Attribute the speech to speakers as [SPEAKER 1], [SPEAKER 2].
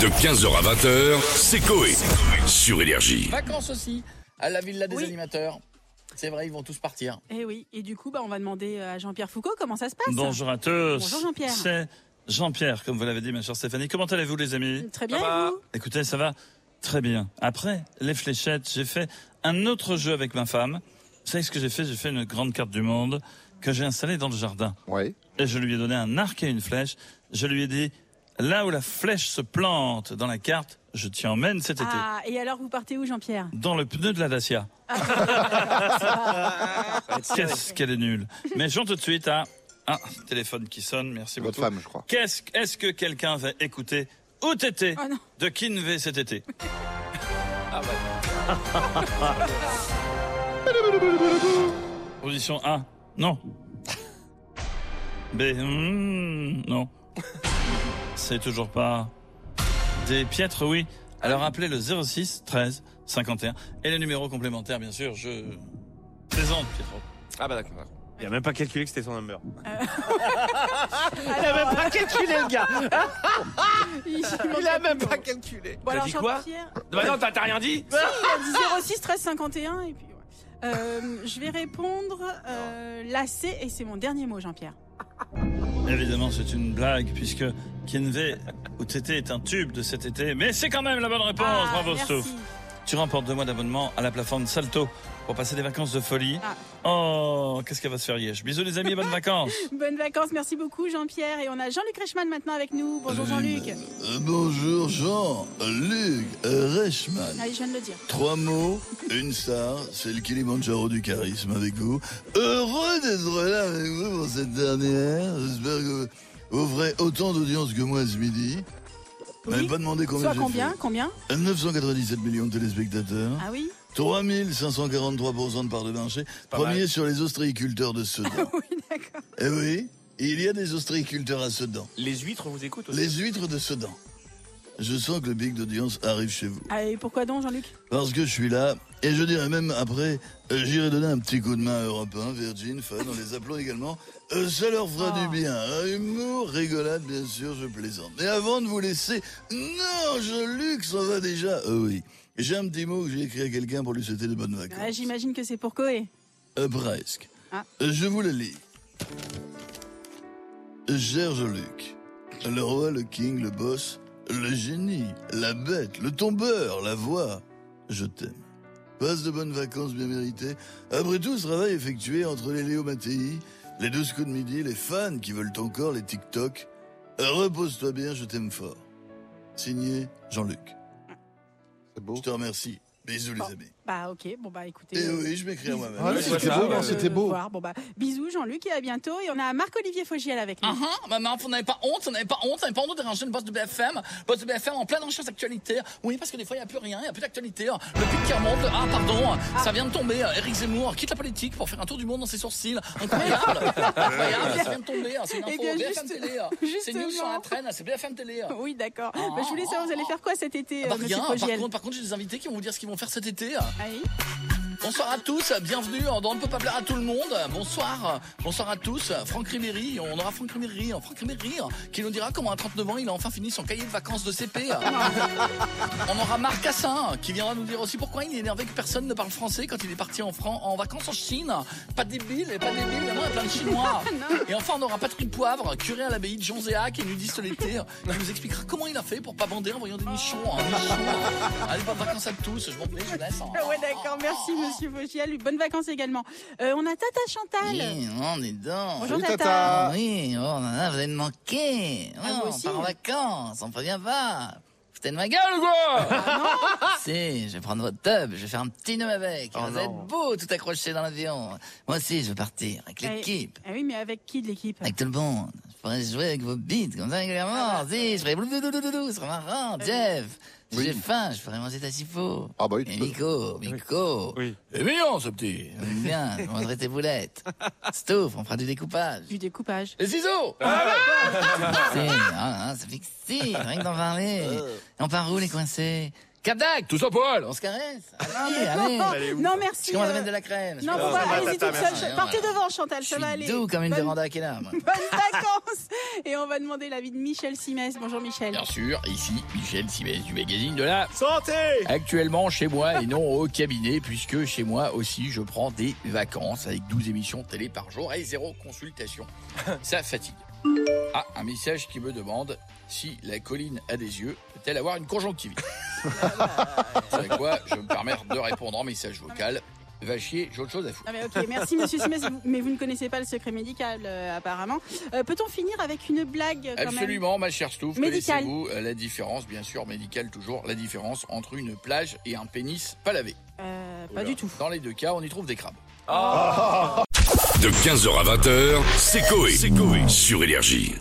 [SPEAKER 1] De 15h à 20h, c'est Coé. Sur Énergie.
[SPEAKER 2] Vacances aussi, à la villa des
[SPEAKER 3] Oui.
[SPEAKER 2] animateurs. C'est vrai, ils vont tous partir.
[SPEAKER 3] Eh oui, et du coup, bah, on va demander à Jean-Pierre Foucault comment ça se passe.
[SPEAKER 4] Bonjour à tous.
[SPEAKER 3] Bonjour Jean-Pierre.
[SPEAKER 4] C'est Jean-Pierre, comme vous l'avez dit, ma chère Stéphanie. Comment allez-vous, les amis
[SPEAKER 3] Très bien, et vous
[SPEAKER 4] Écoutez, ça va très bien. Après les fléchettes, j'ai fait un autre jeu avec ma femme. Vous savez ce que j'ai fait J'ai fait une grande carte du monde que j'ai installée dans le jardin.
[SPEAKER 5] Ouais.
[SPEAKER 4] Et je lui ai donné un arc et une flèche. Je lui ai dit, là où la flèche se plante dans la carte, je t'y emmène cet été.
[SPEAKER 3] Ah, et alors vous partez où, Jean-Pierre
[SPEAKER 4] Dans le pneu de la Dacia.
[SPEAKER 3] Ah.
[SPEAKER 4] Qu'est-ce qu'elle est nulle. Mais j'en tout de suite à un téléphone qui sonne. Merci
[SPEAKER 5] Votre
[SPEAKER 4] beaucoup.
[SPEAKER 5] femme, je crois.
[SPEAKER 4] Qu'est-ce est-ce que quelqu'un va écouter ou tété
[SPEAKER 3] Oh non.
[SPEAKER 4] de Kinvé cet été Ah Position A, non. B, hmm, non. C'est toujours pas. Des piètres, oui. Alors appelez le 06 13 51 et les numéros complémentaires, bien sûr. Je plaisante, Pietro.
[SPEAKER 6] Ah bah d'accord.
[SPEAKER 7] Il a même pas calculé que c'était son number.
[SPEAKER 3] Alors,
[SPEAKER 6] Pas calculé le gars
[SPEAKER 3] il manque
[SPEAKER 6] Il a
[SPEAKER 3] un
[SPEAKER 6] même
[SPEAKER 3] numéro.
[SPEAKER 6] pas calculé
[SPEAKER 3] Bon, alors,
[SPEAKER 7] dit quoi
[SPEAKER 3] Jean-Pierre,
[SPEAKER 6] Bah non t'as t'as rien dit
[SPEAKER 3] il a dit 06 13 51, et puis ouais. Euh, je vais répondre euh, lacé, et c'est mon dernier mot, Jean-Pierre.
[SPEAKER 4] Évidemment, c'est une blague puisque Kinvé ou Tété est un tube de cet été, mais c'est quand même la bonne réponse.
[SPEAKER 3] Ah,
[SPEAKER 4] Bravo,
[SPEAKER 3] merci.
[SPEAKER 4] Stouff. Tu remportes deux mois d'abonnement à la plateforme Salto pour passer des vacances de folie.
[SPEAKER 3] Ah.
[SPEAKER 4] Oh, qu'est-ce qu'elle va se faire hier Bisous les amis et bonnes vacances.
[SPEAKER 3] Bonnes vacances, merci beaucoup, Jean-Pierre. Et on a Jean-Luc Reichmann maintenant avec nous. Bonjour, Jean-Luc.
[SPEAKER 1] bonjour Jean-Luc Reichmann.
[SPEAKER 3] Allez, je viens Ah, de le dire.
[SPEAKER 1] Trois mots, une star, c'est le Kilimanjaro du charisme avec vous. Heureux d'être là avec vous pour cette dernière. J'espère que vous ferez autant d'audience que moi ce
[SPEAKER 4] Bah,
[SPEAKER 1] midi. Vous m'avez
[SPEAKER 3] Oui.
[SPEAKER 1] pas demandé combien
[SPEAKER 3] Soit
[SPEAKER 1] j'ai
[SPEAKER 3] combien Combien
[SPEAKER 1] fait. Euh, 997 millions de téléspectateurs.
[SPEAKER 3] Ah oui
[SPEAKER 1] 3543% de part de marché. Premier sur les ostréiculteurs de Sedan.
[SPEAKER 3] Oui, d'accord.
[SPEAKER 1] eh oui, il y a des ostréiculteurs à Sedan.
[SPEAKER 7] Les huîtres vous écoutent
[SPEAKER 1] Les huîtres de Sedan. Je sens que le big d'audience arrive chez vous.
[SPEAKER 3] Ah, et pourquoi donc, Jean-Luc
[SPEAKER 1] Parce que je suis là, et je dirais même après, euh, j'irai donner un petit coup de main à Europe 1, Virgin, Fun, on les applaudit également. Euh, ça leur fera
[SPEAKER 3] Oh.
[SPEAKER 1] du bien. hein. Humour, rigolade, bien sûr, je plaisante. Mais avant de vous laisser, non, Jean-Luc s'en va déjà. Euh, oui, j'ai un petit mot que j'ai écrit à quelqu'un pour lui souhaiter de bonnes vacances.
[SPEAKER 3] Ah, J'imagine que c'est pour Coé.
[SPEAKER 1] Euh, presque.
[SPEAKER 3] Ah.
[SPEAKER 1] Euh, Je vous la lis. Cher Jean-Luc, le roi, le king, le boss, le génie, la bête, le tombeur, la voix, je t'aime. Passe de bonnes vacances bien méritées. Après tout ce travail effectué entre les Léo Mattei, les deux coups de midi, les fans qui veulent ton corps, les TikTok, euh, repose-toi bien, je t'aime fort. Signé Jean-Luc.
[SPEAKER 5] C'est beau.
[SPEAKER 1] Je te remercie. Bisous les amis.
[SPEAKER 3] Bah ok, bon bah écoutez.
[SPEAKER 1] Et oui, je m'écris à moi-même.
[SPEAKER 5] Ah,
[SPEAKER 3] Bisous.
[SPEAKER 5] c'était
[SPEAKER 3] Bisous.
[SPEAKER 5] beau, non,
[SPEAKER 3] Euh,
[SPEAKER 5] c'était beau.
[SPEAKER 3] voir. Bon bah bisous Jean-Luc et à bientôt. Et on a Marc-Olivier Fogiel avec nous.
[SPEAKER 2] Ah ah, maman, vous n'avez pas honte, vous n'avez pas honte, vous n'avez pas honte de déranger une boss de BFM, boss de BFM en pleine recherche d'actualité. Oui, parce que des fois, il n'y a plus rien, il n'y a plus d'actualité. hein. Le pic qui remonte, ah, pardon, ça vient de tomber. Eric Zemmour quitte la politique pour faire un tour du monde dans ses sourcils. Incroyable, incroyable, ça vient de tomber, hein. c'est une
[SPEAKER 3] Eh
[SPEAKER 2] info
[SPEAKER 3] bien,
[SPEAKER 2] BFM
[SPEAKER 3] juste-
[SPEAKER 2] Télé. hein. C'est
[SPEAKER 3] justement.
[SPEAKER 2] news sur la traîne, c'est BFM Télé. hein.
[SPEAKER 3] Oui d'accord. Bah, je voulais
[SPEAKER 8] Oh.
[SPEAKER 3] savoir vous allez faire quoi cet
[SPEAKER 8] Ah,
[SPEAKER 3] été,
[SPEAKER 2] Bah,
[SPEAKER 3] euh, Monsieur
[SPEAKER 2] rien, par
[SPEAKER 3] Fogiel
[SPEAKER 2] contre, par contre, j'ai des invités qui vont vous dire ce qu'ils vont faire cet été. hein.
[SPEAKER 3] Ah oui
[SPEAKER 2] Bonsoir à tous, bienvenue dans On ne peut pas plaire à tout le monde. Bonsoir, bonsoir à tous. Franck Ribéry, on aura Franck Ribéry, Franck Ribéry qui nous dira comment à 39 ans il a enfin fini son cahier de vacances de CP. on aura Marc Cassin qui viendra nous dire aussi pourquoi il est énervé que personne ne parle français quand il est parti en, Fran- en vacances en Chine. Pas débile, pas débile, vraiment, il y a plein de Chinois. et enfin on aura Patrick Poivre, curé à l'abbaye de Jonzéa qui est nudiste l'été, qui nous expliquera comment il a fait pour pas bander en voyant des nichons. hein, des nichons. Allez, bonnes vacances à tous, je m'en vais, je vous laisse. hein.
[SPEAKER 3] Ah ouais d'accord. Merci Monsieur Fogiel. Bonnes vacances également. Euh, on a Tata Chantal.
[SPEAKER 8] Oui, on est dedans.
[SPEAKER 3] Bonjour
[SPEAKER 5] Salut,
[SPEAKER 3] Tata.
[SPEAKER 5] Tata.
[SPEAKER 8] Ah oui, oh là là, vous allez me manquer.
[SPEAKER 3] Ah,
[SPEAKER 8] Oh,
[SPEAKER 3] vous
[SPEAKER 8] on
[SPEAKER 3] aussi.
[SPEAKER 8] part en vacances, on prévient pas. Foutez de ma gueule ou quoi
[SPEAKER 3] Ah,
[SPEAKER 8] Si, je vais prendre votre tub, je vais faire un petit nœud avec.
[SPEAKER 3] Oh,
[SPEAKER 8] vous
[SPEAKER 7] non.
[SPEAKER 8] allez être beau tout accroché dans l'avion. Moi aussi, je veux partir avec
[SPEAKER 3] Ah,
[SPEAKER 8] l'équipe,
[SPEAKER 3] Ah oui mais avec qui de l'équipe
[SPEAKER 8] avec tout le monde. Je pourrais jouer avec vos beats comme ça
[SPEAKER 3] Ah,
[SPEAKER 8] régulièrement.
[SPEAKER 3] bah,
[SPEAKER 8] Si, je ferais blou-blou-blou-blou, ce serait marrant. Jeff, si
[SPEAKER 5] Oui.
[SPEAKER 8] j'ai faim, je pourrais manger ta cipo.
[SPEAKER 5] Ah bah oui,
[SPEAKER 8] Et
[SPEAKER 5] tu peux.
[SPEAKER 8] Nico, Nico.
[SPEAKER 7] Oui.
[SPEAKER 1] C'est mignon ce petit.
[SPEAKER 8] Bien, je mangerai tes boulettes. Stouff, on fera du découpage.
[SPEAKER 3] Du découpage.
[SPEAKER 2] Les ciseaux
[SPEAKER 8] hein, C'est, ah, ah, ça fait que si, rien que d'en parler. Et on part où les coincés Capdac, tous au poil, on se caresse. Allez, allez.
[SPEAKER 3] Ah. Non,
[SPEAKER 8] Ah Parce
[SPEAKER 7] allez, ouf.
[SPEAKER 3] non, merci.
[SPEAKER 8] que moi,
[SPEAKER 3] euh,
[SPEAKER 8] je mets de la crème. Ah,
[SPEAKER 3] Non,
[SPEAKER 8] Je
[SPEAKER 3] faut
[SPEAKER 8] suis
[SPEAKER 7] Ah, ça
[SPEAKER 3] pas.
[SPEAKER 7] va,
[SPEAKER 3] Allez-y
[SPEAKER 7] tata,
[SPEAKER 3] toute seule.
[SPEAKER 8] merci.
[SPEAKER 3] Ch- Partez devant, Chantal.
[SPEAKER 8] je
[SPEAKER 3] Ça va
[SPEAKER 8] suis
[SPEAKER 3] aller.
[SPEAKER 8] doux comme une
[SPEAKER 3] Bonne-
[SPEAKER 8] véranda à Kéla, moi.
[SPEAKER 3] Bonnes vacances. Et on va demander l'avis de Michel Simès. Bonjour Michel.
[SPEAKER 2] Bien sûr, ici Michel Simès du magazine de la
[SPEAKER 7] Santé
[SPEAKER 2] Actuellement chez moi et non au cabinet, puisque chez moi aussi je prends des vacances avec 12 émissions télé par jour et zéro consultation. Ça fatigue. Ah, un message qui me demande si la colline a des yeux, peut-elle avoir une conjonctivite C'est à quoi je me permets de répondre en message vocal. Va chier, j'ai autre chose à foutre.
[SPEAKER 3] Ah, mais ok, merci Monsieur Simès. Vous- Mais vous ne connaissez pas le secret médical euh, apparemment. Euh, Peut-on finir avec une blague Euh, quand même
[SPEAKER 2] Absolument, ma chère Stouff,
[SPEAKER 3] Médical.
[SPEAKER 2] connaissez-vous euh, la différence, bien sûr, médicale toujours, la différence entre une plage et un pénis pas lavé
[SPEAKER 3] Euh, Pas du tout.
[SPEAKER 2] Dans les deux cas, on y trouve des crabes.
[SPEAKER 9] De 15h à 20h, c'est Coé. Sur Énergie.